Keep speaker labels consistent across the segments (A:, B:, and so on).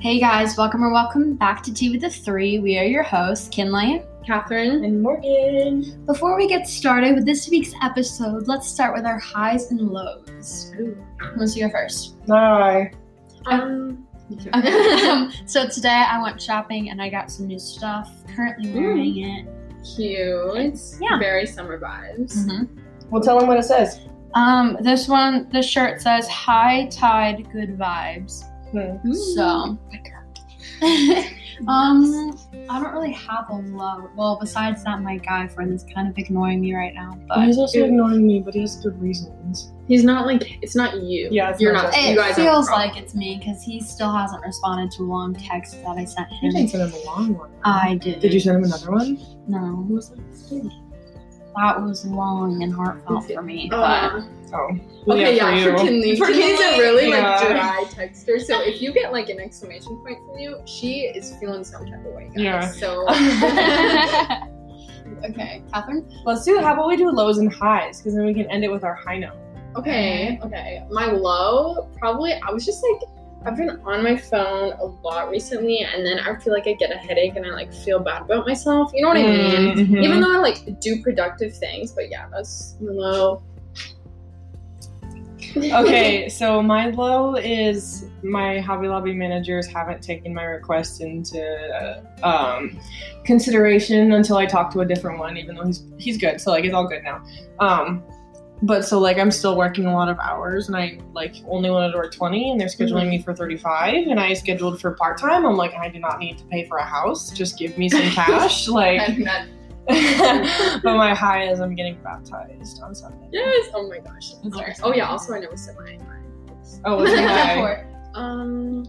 A: Hey guys, welcome or welcome back to Tea with the Three. We are your hosts, Kinley.
B: Catherine.
C: And Morgan.
A: Before we get started with this week's episode, let's start with our highs and lows.
C: Ooh.
A: Wants to go first.
C: Bye.
B: Um,
A: Okay. so today I went shopping and I got some new stuff. Currently wearing it.
B: cute.
A: Yeah.
B: Very summer vibes.
C: Well, tell them what it says.
A: Um, this one, the shirt says "High Tide, Good Vibes."
C: Hmm.
A: Mm-hmm. So, um, I don't really have a low. Well, besides that, my guy friend is kind of ignoring me right now, but
C: He's also
B: Ooh.
C: ignoring me, but he has good reasons.
B: he's not like it's not you.
C: Yeah, it's
B: you're
C: not
B: not.
C: just
B: you
A: It
B: guys have a
A: feels
B: problem.
A: like it's me because he still hasn't responded to long texts that I sent
C: You didn't
A: him.
C: send him a long one.
A: I did.
C: Did you send him another one?
A: No,
C: Who was that?
A: that was long and heartfelt for me. But
B: Uh,
C: Oh. Well,
B: okay, yeah,
C: you.
B: for Kinley.
A: For
B: Kinley's a
A: Kinley,
B: really
C: yeah.
B: like dry texter. So if you get like an exclamation point from you, she is feeling some type of way. Guys.
C: Yeah.
B: So
A: okay, Catherine.
C: Let's do. How about we do lows and highs? Because then we can end it with our high note.
B: Okay, okay. My low, probably, I was just like, I've been on my phone a lot recently, and then I feel like I get a headache and I like feel bad about myself. You know what I mean?
C: Mhm.
B: Even though I like do productive things, but yeah, that's my low.
C: okay, so my low is my Hobby Lobby managers haven't taken my request into um, consideration until I talk to a different one, even though he's he's good. So like it's all good now. Um, but so like I'm still working a lot of hours, and I like only wanted to work 20, and they're scheduling me for 35, and I scheduled for part time. I'm like I do not need to pay for a house. Just give me some cash, like.
B: I'm not-
C: but my high is I'm getting baptized on Sunday.
B: yes! Oh my gosh.
A: That's
B: Okay.
A: ours.
B: Oh yeah, also I never said my
C: Oh, what's your high?
A: Support.
B: Um,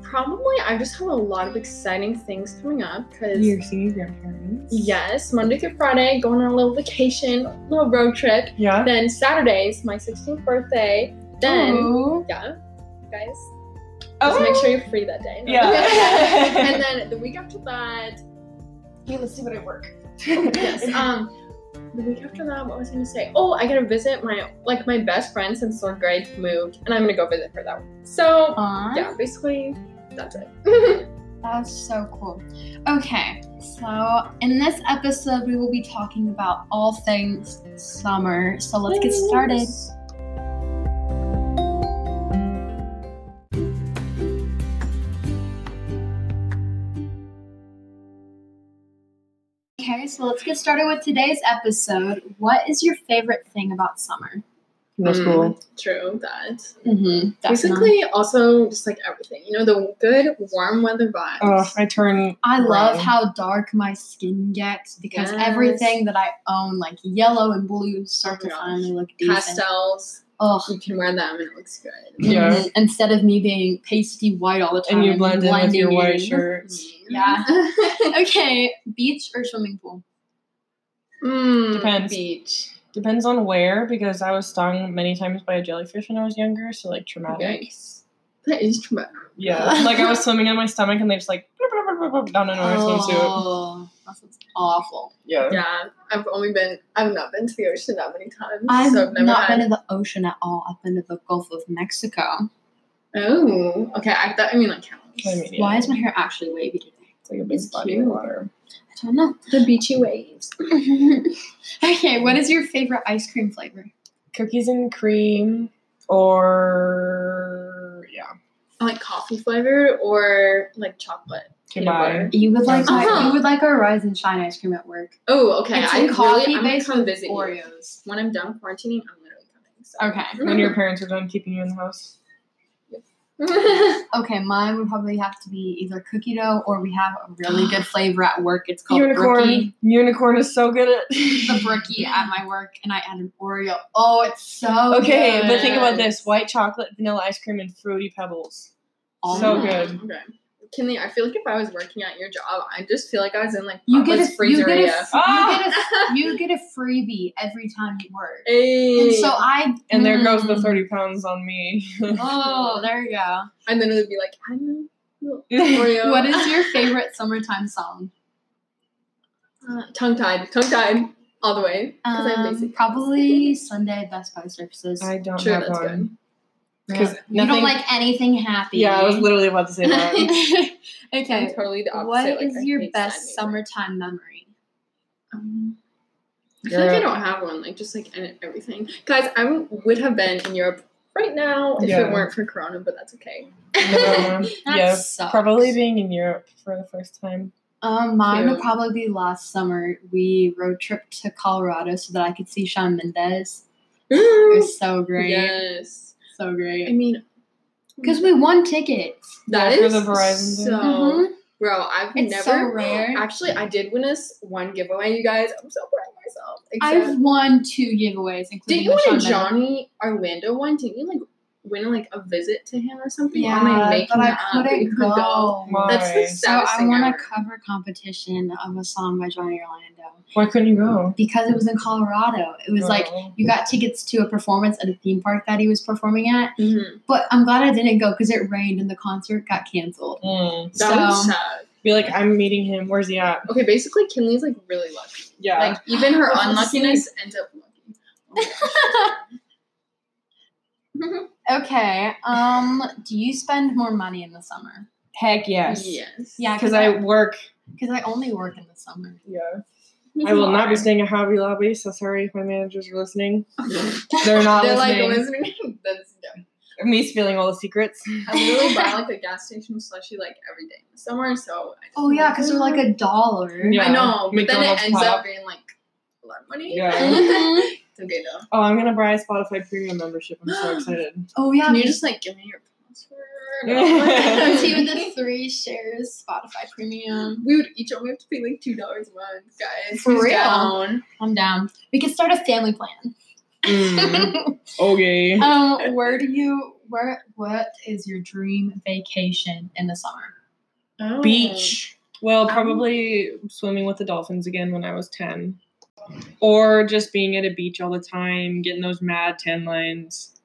B: probably I just have a lot of exciting things coming up because
C: Your senior grandparents.
B: Yes, Monday through Friday, going on a little vacation, little road trip.
C: Yeah.
B: Then Saturday's my 16th birthday. Then,
C: Oh.
A: Ooh.
B: yeah, guys, just make sure you're free that day. No. and
C: Yeah.
B: then the week after that, hey, let's see what I work.
C: yes.
B: Yes. Um, the week after that, what was I gonna say? Oh, I gotta visit my like my best friend since third grade moved, and I'm gonna go visit her that week. So
A: Aw.
B: yeah, basically that's it.
A: That's so cool. Okay, so in this episode, we will be talking about all things summer. So let's get started. Okay, so let's get started with today's episode. What is your favorite thing about summer?
B: Hmm.
C: That's cool.
B: Mm, True that.
A: Mm-hmm.
B: Basically, also just like everything, you know, the good warm weather vibes.
C: Uh, I turn.
A: I love
C: brown.
A: how dark my skin gets because
B: Yes.
A: everything that I own, like yellow and blue, start
B: Oh my
A: to
B: gosh.
A: finally look decent.
B: Pastels,
A: Ugh.
B: you can wear them and it looks good.
C: Yeah.
A: Mhm. Instead of me being pasty white all the time,
C: and you blend in with your
A: blending
C: white
A: in.
C: shirts.
A: Yeah. okay, beach or swimming pool?
B: Mm,
C: Depends.
B: Beach.
C: Depends on where, because I was stung many times by a jellyfish when I was younger, so like traumatic.
B: Yikes. That is traumatic.
C: Yeah, like I was swimming on my stomach, and they just like down into my swimsuit.
A: oh, that sounds awful.
C: Yeah.
B: Yeah. I've only been, I've not been to the ocean that many times.
A: I've
B: so I've never
A: not
B: had.
A: been to the ocean at all. I've been to the Gulf of Mexico.
B: oh, okay. I, that, I mean, like, counts.
C: I mean, yeah.
A: Why is my hair actually wavy today?
C: it's like a big
B: It's
C: body
B: cute.
C: of water?
A: I don't know.
B: the beachy waves.
A: okay, what is your favorite ice cream flavor?
C: Cookies and cream, or yeah,
B: I like coffee flavored or like chocolate. Peanut
C: goodbye.
B: butter.
A: You would like my,
B: Uh-huh.
A: you would like our rise and shine ice cream at work.
B: Oh, okay.
A: It's
B: I
A: a coffee
B: really, I'm gonna
A: based
B: come
A: with
B: visit you.
A: Oreos.
B: When I'm done quarantining, I'm literally coming. So.
A: Okay.
C: When your parents are done keeping you in the house.
A: Okay, mine would probably have to be either cookie dough or we have a really good flavor at work. It's called
C: Unicorn.
A: Brookie.
C: Unicorn is so good at
A: the brookie at my work and I had an Oreo. Oh, it's so
C: Okay,
A: good.
C: but think about
B: Yes.
C: this: white chocolate, vanilla ice cream, and fruity pebbles.
A: Almond.
C: So good.
B: Okay. Kinley, I feel like if I was working at your job, I just feel like I was in like
A: You get
B: Papa's
A: a you get a,
B: freezeria.
C: Ah!
A: you get a you get a freebie every time you work.
B: Hey.
A: And so I
C: And there goes the
A: Mm.
C: thirty pounds on me.
A: Oh, there you go.
B: and then it would be like, I know.
C: I
B: Oreo.
A: What is your favorite summertime song?
B: uh, tongue tied? Tongue tied all the way. 'Cause I'm
A: Um,
B: basic.
A: probably Sunday Best Buy Services.
C: don't
B: Sure,
C: have
B: that's
C: one.
B: good.
A: Yeah.
C: because
A: You don't
C: nothing-
A: like anything happy.
C: Yeah, I was literally about to say that.
B: I'm
A: okay.
B: totally the opposite.
A: What is
B: like, I
A: your
B: hate
A: best
B: sad neighbors.
A: summertime memory?
B: Um, I feel like I
C: Europe.
B: don't have one. Like just like in everything, guys. I w- would have been in Europe right now if
C: Yeah.
B: it weren't for Corona, but that's okay.
C: No.
A: That
C: yeah,
A: sucks.
C: probably being in Europe for the first time.
A: Um, mine would
B: Cute.
A: probably be last summer. We road tripped to Colorado so that I could see Sean Mendez. It was so great,
B: Yes.
A: so
B: I
A: great.
B: mean,
A: Because we won tickets.
B: that
C: Yeah, for
B: is
C: the Verizon thing.
B: so.
A: Mhm.
B: Bro, I've
A: It's
B: never.
A: so rare.
B: Actually, I did win us one giveaway, you guys. I'm so proud of myself. Except,
A: I've won two giveaways,
B: did
A: including
B: you
A: the
B: win a
A: Shawn Mendes-
B: Johnny Orlando one? Didn't you like win like a visit to him or something?
A: Yeah,
B: and they make
A: but
B: him
A: I
B: up, but you
A: couldn't
B: couldn't
A: go.
C: Why?
B: That's the
A: So
B: saddest
A: I
B: thing
A: won a
B: ever.
A: cover competition of a song by Johnny Orlando
C: Why couldn't you go?
A: because it was in Colorado. It was like
C: Oh.
A: you got tickets to a performance at a theme park that he was performing at,
C: Mm-hmm.
B: Mhm.
A: but I'm glad I didn't go because it rained and the concert got canceled.
C: Mm.
B: That was
A: so
B: sad.
C: Be like, I'm meeting him. Where's he at?
B: Okay, basically, Kinley's like really lucky.
C: Yeah.
B: Like even her
A: Honestly.
B: unluckiness ends up lucky. Oh my gosh.
A: okay, um, do you spend more money in the summer?
C: heck yes.
B: Yes.
A: Yeah,
C: Because I work.
A: because I only work in the summer.
C: Yeah. I will not be staying at Hobby Lobby. So sorry if my managers are listening. They're not
B: They're like
C: listening.
B: listening. That's dumb.
C: Me spilling all the secrets.
B: I literally buy like a gas station slushie like every day in the summer, so. I just-
A: Oh yeah, because they're like a dollar.
C: Yeah.
B: I know, but then
C: McDonald's
B: it ends
C: pop.
B: up being like a lot of money.
A: Mhm.
C: Yeah.
B: it's okay though.
C: Oh, I'm gonna buy a Spotify Premium membership. I'm so excited.
A: Oh yeah,
B: Can you just like give me your password?
A: See with the three shares Spotify Premium.
B: we would each only have to pay like two dollars a month, guys.
A: For
B: Who's
A: real?
B: down?
A: I'm down. We could start a family plan.
C: Mm. Okay.
A: um, where do you where what is your dream vacation in the summer?
C: Beach. Well,
B: Um,
C: probably swimming with the dolphins again when I was 10. Or just being at a beach all the time, getting those mad tan lines.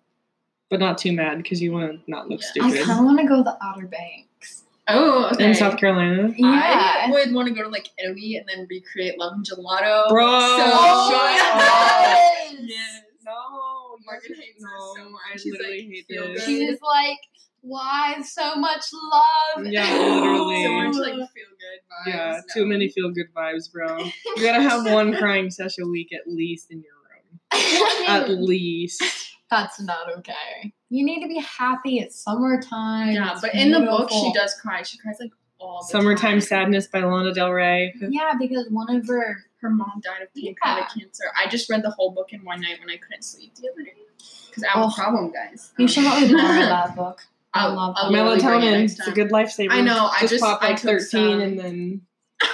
C: But not too mad because you want to not look
B: Yeah.
A: I
C: stupid.
A: kind of want to go the Outer Banks.
B: Oh, okay.
C: In South Carolina.
B: I
A: Yeah.
B: would want to go to like Italy and then recreate Love and Gelato.
C: Bro,
B: so
C: Oh, shut
A: yes.
C: No,
B: Morgan hates
C: no,
B: this so much.
C: I
B: She's
C: literally
B: like,
C: hate
B: feel
C: this.
B: good.
A: He was like, "Why so much love?"
C: Yeah,
B: So much
C: literally.
B: like feel good vibes.
C: Yeah,
B: No.
C: too many feel good vibes, bro. You're gonna have one crying sesh a week at least in your room. At least.
A: That's not okay. You need to be happy. It's summertime.
B: Yeah,
A: it's
B: but in the book
A: beautiful.
B: she does cry. She cries like all the
C: Summertime
B: time.
C: Sadness by Lana Del Rey.
A: Yeah, because one of her
B: Her mom died of pancreatic cancer. I just read the whole book in one night when I couldn't sleep the other day because I have
A: Oh.
B: a problem, guys.
A: You should let me borrow that book. I
B: I'll-
A: love
B: I'll
A: that.
B: really bring it
C: Melatonin.
B: next
C: It's a
B: time.
C: good lifesaver.
B: I know. I
C: Just,
B: just
C: pop
B: I
C: like
B: took
C: 13
B: some.
C: and then.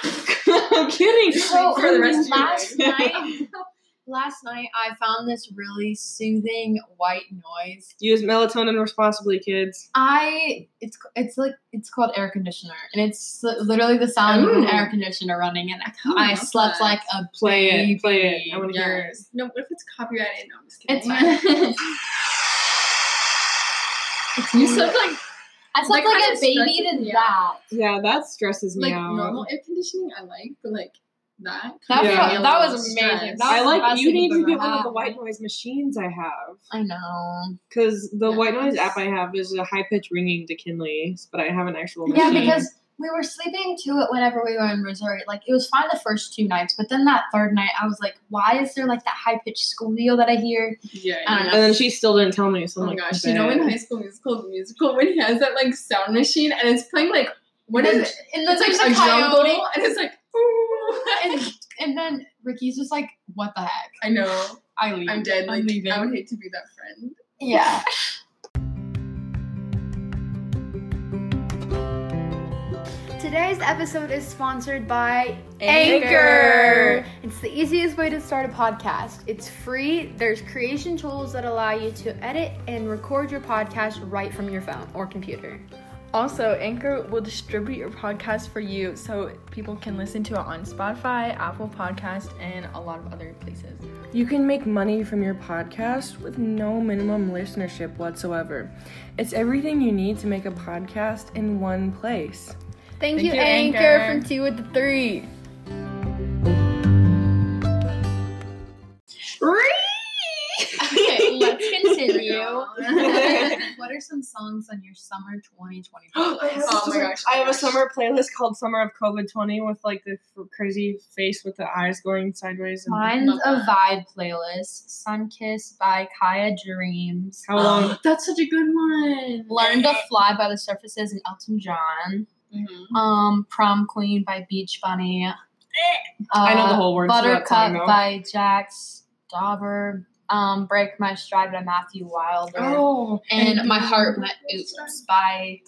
C: I'm kidding.
A: So
B: for the rest of your
A: last
C: life.
A: night, last night I found this really soothing white noise.
C: Use melatonin responsibly, kids.
A: I it's it's like it's called air conditioner, and it's li- literally the sound of an
B: Ooh.
A: air conditioner running. And
B: Oh,
A: I
B: love
A: slept
B: that.
A: like a
C: Play it. Play
A: baby.
C: it. I want to hear it.
B: Yes. No, what if it's copyrighted? No, I'm just kidding.
A: It's fine.
B: It's you slept like
A: I slept
B: That
A: like
B: kind
A: a
B: of
A: baby
B: stresses
A: to
B: me
A: that.
C: Yeah, that stresses me
B: like
C: out.
B: normal air conditioning. I like, but like that.
A: That
B: kinda
C: felt-
B: gave me a
A: that
B: little
A: was amazing.
B: stress.
A: That was
C: I
A: the
C: like
A: best
C: you
A: thing
C: need
A: you've
C: to get
A: ever
C: one of the
A: had.
C: white noise machines I have.
A: I know.
C: Because the white noise
B: Yes.
C: app I have is a high pitched ringing to Kinley's, but I have an actual
A: Yeah,
C: machine.
A: because we were sleeping to it whenever we were in Missouri. Like it was fine the first two nights, but then that third night, I was like, "Why is there like that high pitched squeal that I hear?" I
B: Yeah,
A: don't
B: yeah.
A: know.
C: and then she still didn't tell me. So
B: Oh
C: I'm
B: my
C: like,
B: gosh! You know, in High School Musical, the musical when he has that like sound machine and it's playing like what is it?
A: And then
B: It's
A: there's
B: like
A: a
B: a
A: coyote,
B: jungle, and it's like. ooh.
A: and, and then Ricky's just like, "What the heck?"
B: I know.
A: I leave.
B: I'm dead. Like
A: I'm leaving.
B: I would hate to be that friend.
A: yeah.
D: Today's episode is sponsored by
E: Anchor.
D: It's the easiest way to start a podcast. It's free. There's creation tools that allow you to edit and record your podcast right from your phone or computer.
E: Also, Anchor will distribute your podcast for you so people can listen to it on Spotify, Apple Podcast, and a lot of other places.
F: You can make money from your podcast with no minimum listenership whatsoever. It's everything you need to make a podcast in one place.
D: Thank,
E: Thank
D: you,
E: you,
D: Anchor,
E: Anchor.
D: from two with the three.
A: okay, let's continue. what are some songs on your summer 2020
C: I have
A: playlist?
B: Oh
C: a
B: my
C: summer-
B: gosh,
C: I have a
B: Ash.
C: summer playlist called "Summer of COVID 20" with like the f- crazy face with the eyes going sideways. And
A: Mine's
B: Love
A: a
B: that.
A: vibe playlist. Sunkiss by Kaya Dreams. Um,
C: how long?
B: Um, That's such a good one.
A: Learn to Fly by The Surfaces and Elton John.
B: Mhm.
A: Um, Prom Queen by Beach Bunny.
C: Eh. I know
A: Uh,
C: the whole words to that song
A: Buttercup
C: though.
A: by Jax Dauber. Um, Break My Stride by Matthew Wilder.
C: oh,
A: and My Heart Went Oops by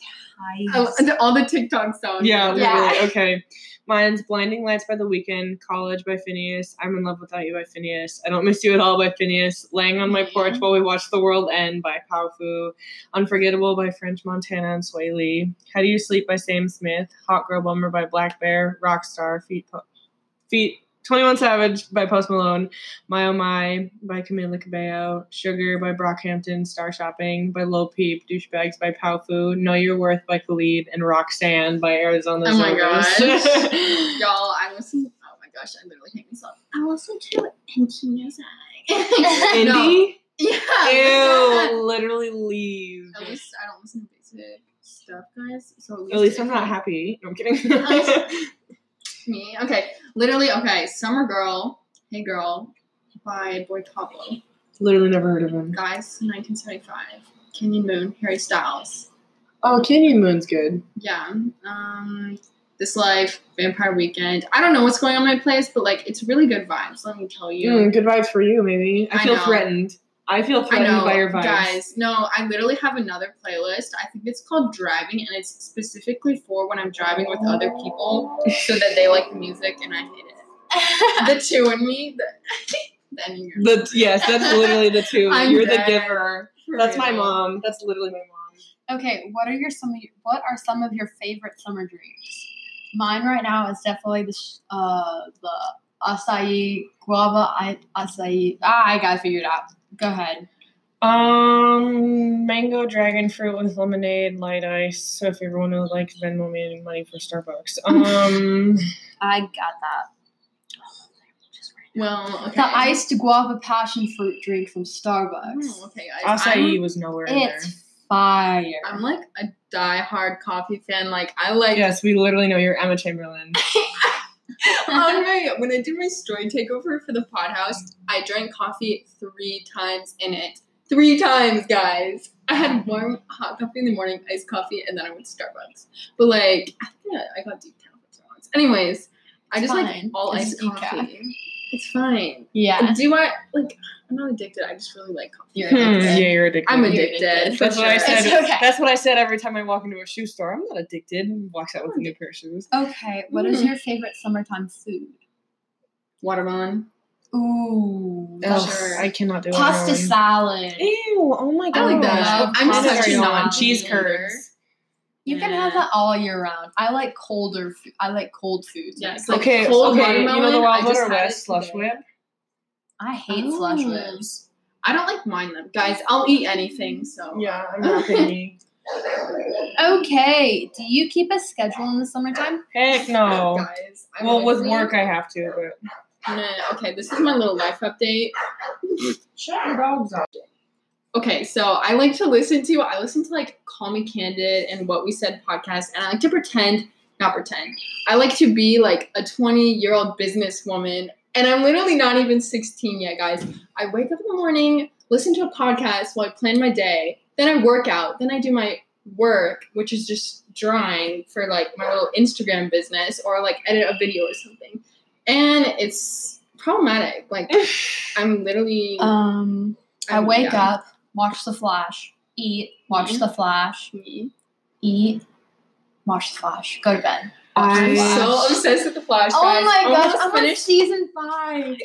B: Oh,
A: Ty.
B: and all the TikTok songs.
C: yeah, literally.
A: Yeah.
C: Okay, mine's "Blinding Lights" by The Weeknd, "College" by Phineas, "I'm in Love Without You" by Phineas, "I Don't Miss You at All" by Phineas, "Laying on My Porch While We Watch the World End" by Pau Fu, "Unforgettable" by French Montana and Sway Lee, "How Do You Sleep" by Sam Smith, "Hot Girl Bummer" by Black Bear, "Rockstar" feet po- feet. 21 Savage by Post Malone, My Oh My by Camila Cabello, Sugar by Brockhampton, Star Shopping by Lil Peep, Douchebags by Pau Fu, Know Your Worth by Khalid, and Roxanne by Arizona
B: Oh my
C: Zonas.
B: Y'all, I listen. Oh my gosh, I literally hate myself. I listen to indie music. No.
C: Indie?
B: Yeah.
C: Ew, literally leave.
B: At least I don't listen to basic stuff, guys. So at least,
C: At least
B: if
C: I'm not happy. No, I'm kidding.
B: it's Me, okay. Literally, okay. Summer girl, hey girl, by Boy Pablo.
C: literally never heard of him.
B: Guys, 1975. Kenyon Moon, Harry Styles.
C: Oh, Canyon Moon's good.
B: Yeah. Um, this life, Vampire Weekend. I don't know what's going on in my place, but like it's really good vibes. Let me tell you.
C: Mm, good vibes for you, maybe. I
B: I
C: feel
B: know.
C: threatened. I feel
B: I
C: threatened
B: know,
C: by your vibes.
B: guys. No, I literally have another playlist. I think it's called Driving, and it's specifically for when I'm driving with other people, so that they like the music and I hate it. The two in me, the, the Enneagram.
C: The, yes, that's literally the 2
B: I'm
C: You're the
B: dead.
C: giver.
B: For
C: That's my
B: real.
C: mom. That's literally my mom.
A: Okay, what are your some of your, what are some of your favorite summer drinks? Mine right now is definitely the sh- uh the acai guava I, acai. Ah, I gotta figure it out. Go ahead.
C: Um, mango dragon fruit with lemonade, light ice. So if everyone would like Venmo me any money for Starbucks. Um,
A: I got that.
B: Well, okay.
A: The iced guava passion fruit drink from Starbucks.
B: Oh, okay, guys.
C: acai
B: I'm,
C: was nowhere in there.
A: It's fire.
B: I'm like a die-hard coffee fan. Like I like.
C: Yes, we literally know you're Emma Chamberlain.
B: on my when I did my story takeover for the pod house, I drank coffee three times in it. Three times, guys. I had warm hot coffee in the morning, iced coffee, and then I went to Starbucks. But like, I think I, I got deep down for once. Anyways, I
A: It's
B: just
A: fine.
B: like all
A: It's
B: iced
A: decaf.
B: coffee. It's fine.
A: yeah.
B: Do I like? I'm not addicted. I just really like coffee.
A: You're
C: Hmm,
A: addicted.
C: yeah, you're addicted.
B: I'm
A: You're
B: addicted.
A: addicted.
B: for
C: That's what I
B: sure.
C: said.
A: It's okay.
C: That's what I said every time I walk into a shoe store. I'm not addicted. Walks out with a new pair of shoes.
A: Okay, what is your favorite summertime food?
B: Watermelon.
A: Ooh,
B: Ugh,
A: sure.
C: I cannot do it.
A: pasta salad.
C: Ew! Oh my god!
B: I like that.
A: Love
B: I'm
A: pasta
B: such a
A: salad.
B: non
C: cheese curds.
A: You can have that all year round. I like colder. Food. I like cold foods.
B: Yeah, it's like
C: Okay,
B: cold
C: okay. You know the
B: watermelon,
C: Wild
B: I just
C: Butter
B: had it
C: West slush
B: today.
C: whip.
A: I hate slush
B: Oh.
A: lips.
B: I don't like mine them, guys. I'll eat anything. So
C: Yeah, I'm not picky.
A: Okay, do you keep a schedule in the summertime?
C: Heck no.
B: guys. I
C: Oh. Well, with
B: literally-
C: work I have to, but
B: No, okay, this is my little life update.
C: shut your dogs up.
B: Okay, so I like to listen to. I listen to like Call Me Candid and What We Said podcast, and I like to pretend, not pretend. I like to be like a twenty-year-old businesswoman, and I'm literally not even sixteen yet, guys. I wake up in the morning, listen to a podcast while I plan my day, then I work out, then I do my work, which is just drawing for like my little Instagram business or like edit a video or something. And it's problematic. Like I'm literally
A: Um, I
B: I'm-
A: wake
B: yeah.
A: up, watch The Flash, eat, watch
B: Mhm.
A: The Flash, eat, watch The Flash, go to bed.
B: I'm
C: I
A: Flash.
B: so obsessed with the Flash.
A: oh
B: guys.
A: my gosh,
B: Almost
A: I'm on
B: finished.
A: season five.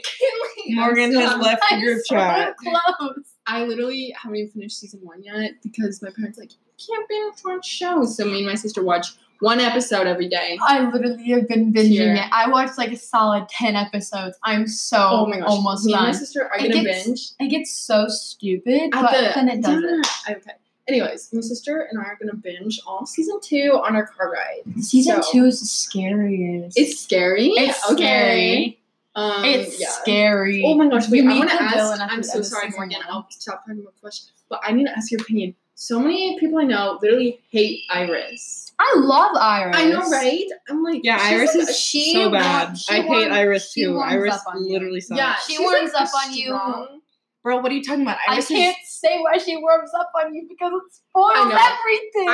C: Morgan
B: I'm
C: has
B: so-
C: left the
A: I'm
C: group
A: so
C: chat.
A: close.
B: I literally haven't even finished season one yet because my parents like you can't binge watch shows. So me and my sister watch one episode every day.
A: I literally have been binging
B: Here.
A: it. I watched like a solid ten episodes. I'm so
B: Oh my gosh,
A: almost
B: me and my
A: done.
B: sister are
A: It
B: gonna
A: gets-
B: binge.
A: It gets so stupid,
B: At
A: but
B: the-
A: then it doesn't.
B: Yeah, Okay. Anyways, my sister and I are gonna binge all season two on our car ride.
A: Season
B: So-
A: two is the scariest.
B: It's scary.
A: It's
B: okay.
A: scary.
B: Um,
A: It's
B: yeah.
A: scary.
B: Oh my gosh,
A: You
B: wait, I
A: meet
B: want to
A: the
B: ask.
A: villain at
B: I'm
A: the
B: so
A: end of
B: sorry,
A: season
B: Morgan.
A: one.
B: I'll stop having more questions. But I need to ask your opinion. so many people I know literally hate Iris.
A: I love Iris.
B: I know, right? I'm like,
C: Yeah,
B: she's
C: Iris
B: like a-
C: is
A: she
C: so
A: wa-
C: bad.
A: she
C: I hate
A: warms-
C: Iris
A: she
C: too.
A: warms
C: Iris
A: up on you.
C: literally sucks.
B: yeah,
A: She
B: she's,
A: warms
B: like,
A: up on you.
B: strong-
C: Bro, what are you talking about?
A: I
C: Iris
A: can't say why she warms up on you because it spoils
B: I know.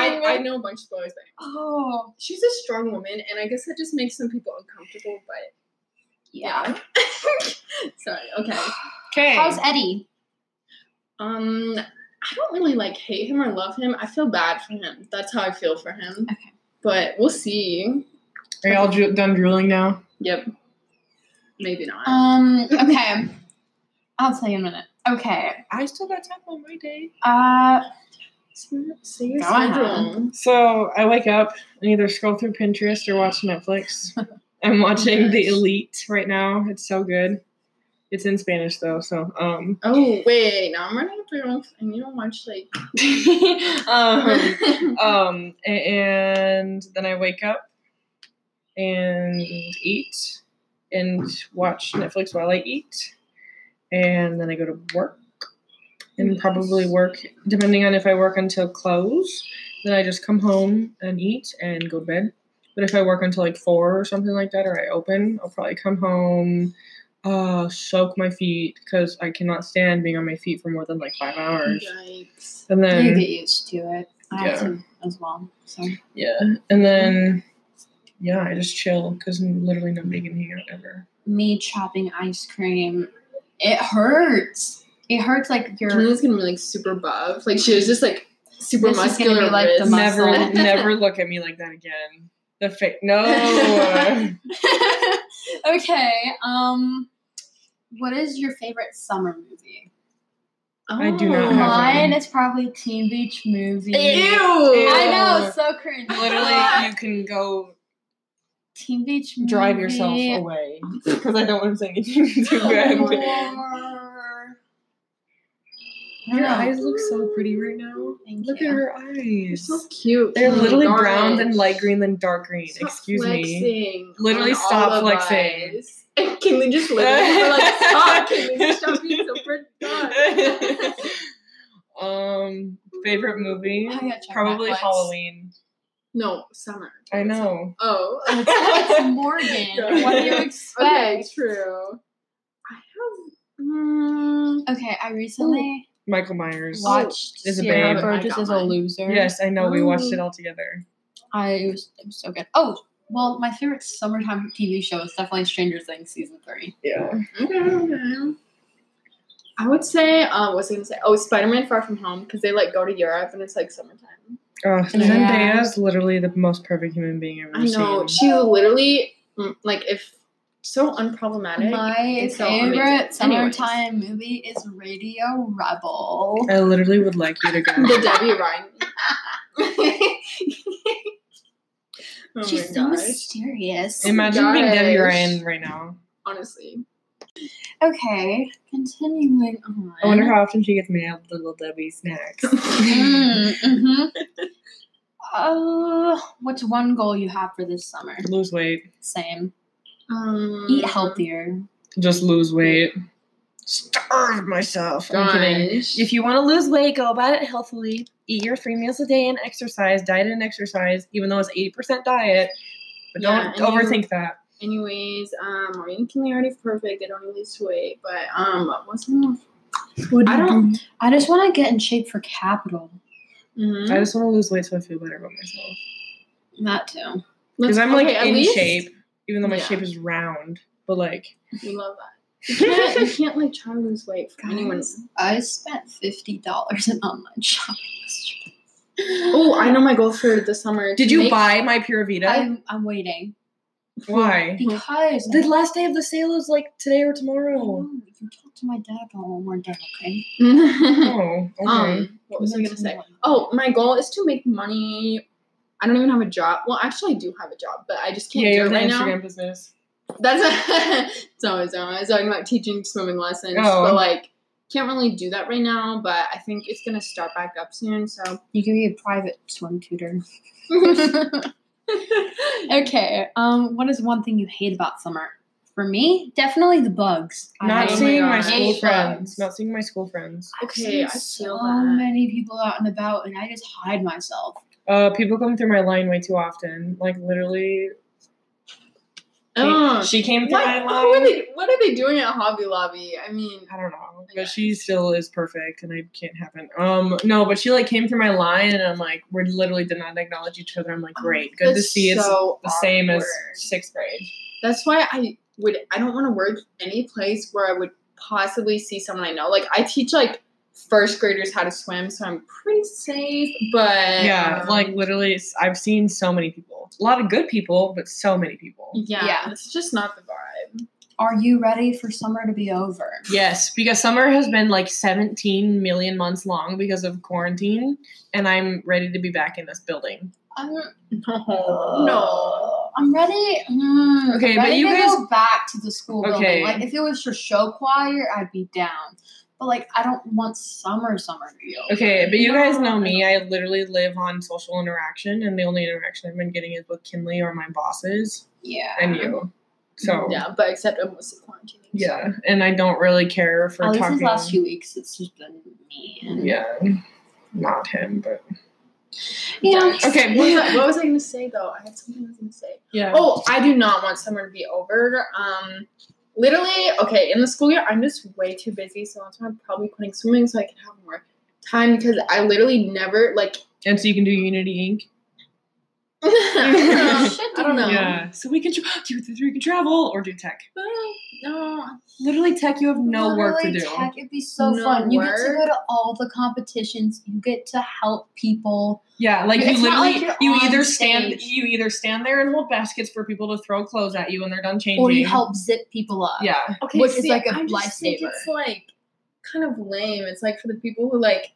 A: everything.
B: I, I know a bunch of boys that
A: oh
B: she's a strong woman, and I guess that just makes some people uncomfortable. But
A: yeah.
B: sorry, okay.
C: Okay.
A: How's Eddie?
B: Um, I don't really like hate him or love him. I feel bad for him. That's how I feel for him.
A: Okay.
B: But we'll see.
C: Are y'all dr- done drooling now?
B: Yep. Maybe not.
A: Um. Okay. I'll tell you in a minute. Okay.
C: I still got time on my day.
A: Uh.
B: Say your
A: Go on.
B: schedule.
C: So I wake up and either scroll through Pinterest or watch Netflix. I'm watching The Elite right now. It's so good. It's in Spanish though, so um,
B: Oh wait, now I'm running up the wrong. And you don't watch like.
C: um, um, a- and then I wake up and eat and watch Netflix while I eat, and then I go to work and probably work depending on if I work until close. Then I just come home and eat and go to bed. But if I work until like four or something like that, or I open, I'll probably come home, uh, soak my feet because I cannot stand being on my feet for more than like five hours.
B: Yikes.
C: And then
A: you get used to it. I have
C: Um, Yeah.
A: to as well. So.
C: Yeah, and then yeah, I just chill because literally nobody can hang out ever.
A: Me chopping ice cream, it hurts. It hurts like your.
B: Kimberly's gonna be like super buff. Like she was just like super
A: This is gonna
B: muscular.
A: be, like, the
B: wrists.
A: muscle.
C: Never, never look at me like that again. The fake no.
A: okay. Um. What is your favorite summer movie?
C: I do not have
A: Mine
C: one.
A: is probably Teen Beach Movie.
B: Oh Ew.
A: I know, it's so cringe.
C: literally, you can go
A: Teen Beach Movie.
C: drive yourself away because I don't want to say anything too bad.
A: Or- I
C: Your
A: don't know.
C: eyes look so pretty right now.
A: Thank
C: Look
A: you.
C: at her
B: You're
C: eyes.
B: so cute.
C: They're
B: Oh my
C: literally
B: gosh.
C: brown, then light green, then dark green.
B: Stop
C: Excuse
B: flexing
C: me. Literally
B: on
C: stop
B: all of
C: flexing.
B: us. Can we just literally we're like stop? Can we just stop being so dumb?
C: um, favorite movie?
A: I gotta check
C: Probably
A: Netflix.
C: Halloween.
B: No, summer.
C: I know.
B: Oh,
A: It's Morgan. What do you expect?
B: okay, true. I have. mm,
A: Okay, I recently
C: Michael Myers.
A: watched
C: is a
A: Sierra
C: babe.
A: Burgess
B: I
A: as a
B: got mine.
A: loser.
C: Yes, I know. We watched
B: Oh.
C: it all together.
A: I it was, it was so good. Oh, well, my favorite summertime TV show is definitely Stranger Things season three.
C: Yeah.
B: Okay, okay. I would say, uh, what was I gonna say? Oh, Spider Man Far From Home because they like go to Europe and it's like summertime.
C: Uh,
A: Yeah.
C: Zendaya is literally the most perfect human being I've ever
B: I know
C: seen.
B: she's literally mm, like if so unproblematic.
A: My
B: It's so amazing.
A: favorite summertime movie is Radio Rebel.
C: I literally would like you to go.
B: the Debbie Ryan. Oh
A: She's
B: my
A: so
B: gosh.
A: mysterious.
C: Imagine being Debbie
B: Gosh.
C: Ryan right now.
B: honestly.
A: Okay, continuing on.
C: I wonder how often she gets mailed little Debbie snacks.
A: Mm-hmm. uh, what's one goal you have for this summer?
C: lose weight.
A: Same.
B: Um,
A: Eat healthier.
C: Just lose weight. Starve myself. I'm kidding.
B: gosh.
C: If you want to lose weight, go about it healthily. Eat your three meals a day and exercise. Diet and exercise, even though it's 80% diet. But
B: Yeah, and
C: don't
B: you-
C: overthink that.
B: Anyways, um, Maureen and Kimley are already perfect. They don't really lose weight, but um, what's more? I don't.
A: I just want to get in shape for capital.
C: I
B: Mhm.
C: just want to lose weight so I feel better about myself.
A: That too.
C: Because
B: Let's-
C: I'm like
B: okay, at
C: in
B: least-
C: shape, even though my
B: Yeah.
C: shape is round. But like,
B: We love that. You can't, you can't like try to lose weight for anyone.
A: Guys, I spent fifty dollars in online shopping. yesterday.
B: Oh, I know my goal for the summer.
C: did
B: to
C: you
B: make-
C: buy my Pura Vida?
A: I'm I'm waiting
C: Why?
A: because
C: The last day of the sale is like today or tomorrow.
A: Oh, you talk to my dad about when we're done, okay?
C: Oh, okay.
B: um, what was I gonna say? Oh, my goal is to make money. I don't even have a job. Well, actually, I do have a job, but I just can't
C: yeah, you
B: do
C: have
B: it
C: an
B: right
C: Instagram
B: now.
C: business.
B: That's so so. I was talking about teaching swimming lessons,
C: Oh.
B: but like can't really do that right now. But I think it's gonna start back up soon. So
A: You can be a private swim tutor. okay. Um, what is one thing you hate about summer? For me, definitely the bugs.
C: Not
B: Oh my
C: seeing my
B: gosh.
C: school
B: Hate
C: friends.
A: bugs.
C: Not seeing my school friends.
B: Okay, I
A: so
B: feel that.
A: many people out and about, and I just hide myself.
C: Uh, people come through my line way too often. Like literally,
B: Ugh.
C: she came through my
B: What,
C: line.
B: what Oh. are they, what are they doing at Hobby Lobby? I mean,
C: I don't know, but she still is perfect, and I can't have it. Um, no, but she like came through my line, and I'm like, we literally did not acknowledge each other. I'm like, great, good to
B: that's
C: see it's
B: so
C: the same as
B: awkward.
C: sixth grade.
B: That's why I would. I don't want to work any place where I would possibly see someone I know. Like I teach like first graders how to swim, so I'm pretty safe. But
C: Yeah,
B: um,
C: like literally, it's- I've seen so many people. A lot of good people, but so many people.
B: yeah,
A: Yeah.
B: it's just not the vibe.
A: Are you ready for summer to be over?
C: Yes, because summer has been like 17 million months long because of quarantine, and I'm ready to be back in this building.
A: I'm,
B: No, no.
A: I'm ready. mm,
C: Okay,
A: I'm
C: but
A: ready
C: you
A: to
C: guys-
A: go back to the school
C: Okay.
A: building. Like if it was for show choir, I'd be down. But like I don't want summer summer to be over.
C: Okay, but you
B: No,
C: guys
B: I
C: know me. I literally live on social interaction, and the only interaction I've been getting is with Kinley or my bosses
A: Yeah.
C: and you. So yeah,
B: yeah, but except I'm mostly quarantining. so-
C: and I don't really care for
A: At least
C: talking.
A: these last few weeks, it's just been me and
C: yeah, not him, but
A: yeah.
C: okay.
B: What was, I, what was I gonna say though? I had something I was gonna say.
C: yeah.
B: Oh, I do not want summer to be over. Um, literally, okay, in the school year, I'm just way too busy, so that's why I'm probably quitting swimming so I can have more time because I literally never like.
C: and so you can do Unity Inc.
B: I don't know.
C: Yeah, so we can tra- do the three can travel or do tech.
B: No,
C: Literally, tech. You have no work to
A: Literally,
C: do.
A: Tech, it'd be so
B: No
A: fun. You get to go
B: work.
A: to all the competitions. You get to help people.
C: Yeah, like
A: It's
C: you
A: not
C: literally
A: like you're
C: you
A: on
C: either stand
A: stage.
C: you either stand there and hold baskets for people to throw clothes at you when they're done changing.
A: Or you help zip people up.
C: Yeah.
B: okay,
A: Which is
B: see,
A: like a
B: I just think
A: lifesaver.
B: It's like kind of lame. It's like for the people who like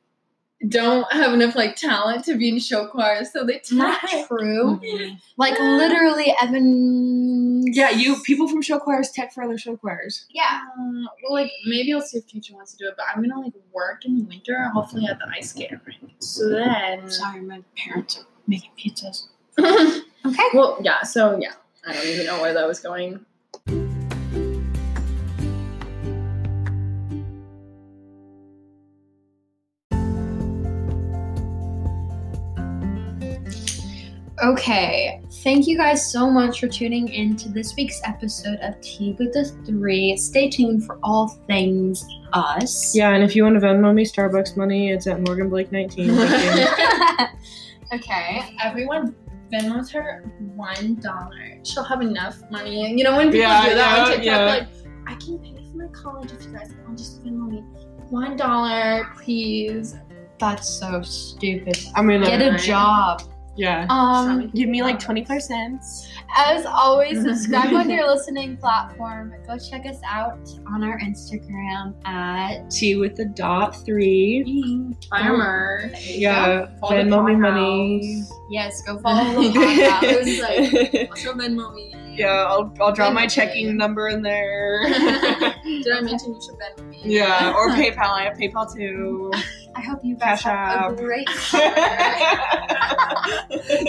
B: don't have enough like talent to be in show choir, so they
A: Not
B: try.
C: Mm.
A: true. Like literally, Evan.
C: Mm-hmm. Yeah, you people from show choirs tech for other show choirs.
A: Yeah.
B: Um, well, like maybe I'll see if Keisha wants to do it, but I'm gonna like work in the winter, hopefully at the ice skating rink. So then,
A: Sorry, my parents are making pizzas.
B: okay. Well, yeah. So yeah, I don't even know where that was going.
A: Okay, thank you guys so much for tuning in to this week's episode of Tea with the Three. Stay tuned for all things us.
C: Yeah, and if you want to Venmo me Starbucks money, it's at Morgan Blake 19. Thank you.
A: okay.
B: Everyone Venmo's her one dollar. She'll have enough money. You know when people
C: Yeah,
B: do that on
C: yeah,
B: TikTok,
C: yeah.
B: like I can pay for my college if you guys want just Venmo me one dollar, please.
A: That's so stupid.
C: I mean,
A: Get a
B: Alright.
A: job.
C: yeah.
A: Um,
C: Give me like 25 cents.
A: as always, subscribe on your listening platform. Go check us out on our Instagram at
C: Two with the dot three.
B: Farmer.
C: Oh, Yeah,
B: Follow the
C: Venmo me
B: farmhouse.
C: money.
A: yes. Go follow the podcast.
B: was like- Also Venmo me.
C: yeah, I'll, I'll drop my
B: Venmo me.
C: checking number in there.
B: Did I mention you should Venmo me?
C: yeah, or PayPal. I have PayPal too.
A: I hope you guys
C: Cash
A: have a
C: app.
A: great.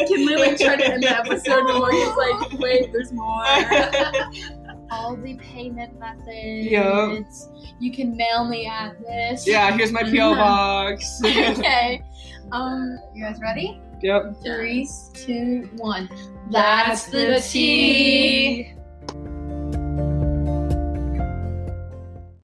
B: Can we like try to end the episode and Morgan's like, wait, there's more.
A: all the payment methods.
C: Yup.
A: You can mail me at this.
C: yeah, here's my PO
B: Mm-hmm.
C: box.
A: okay. Um, you guys ready?
C: yep.
A: Three, two, one. That's the tea.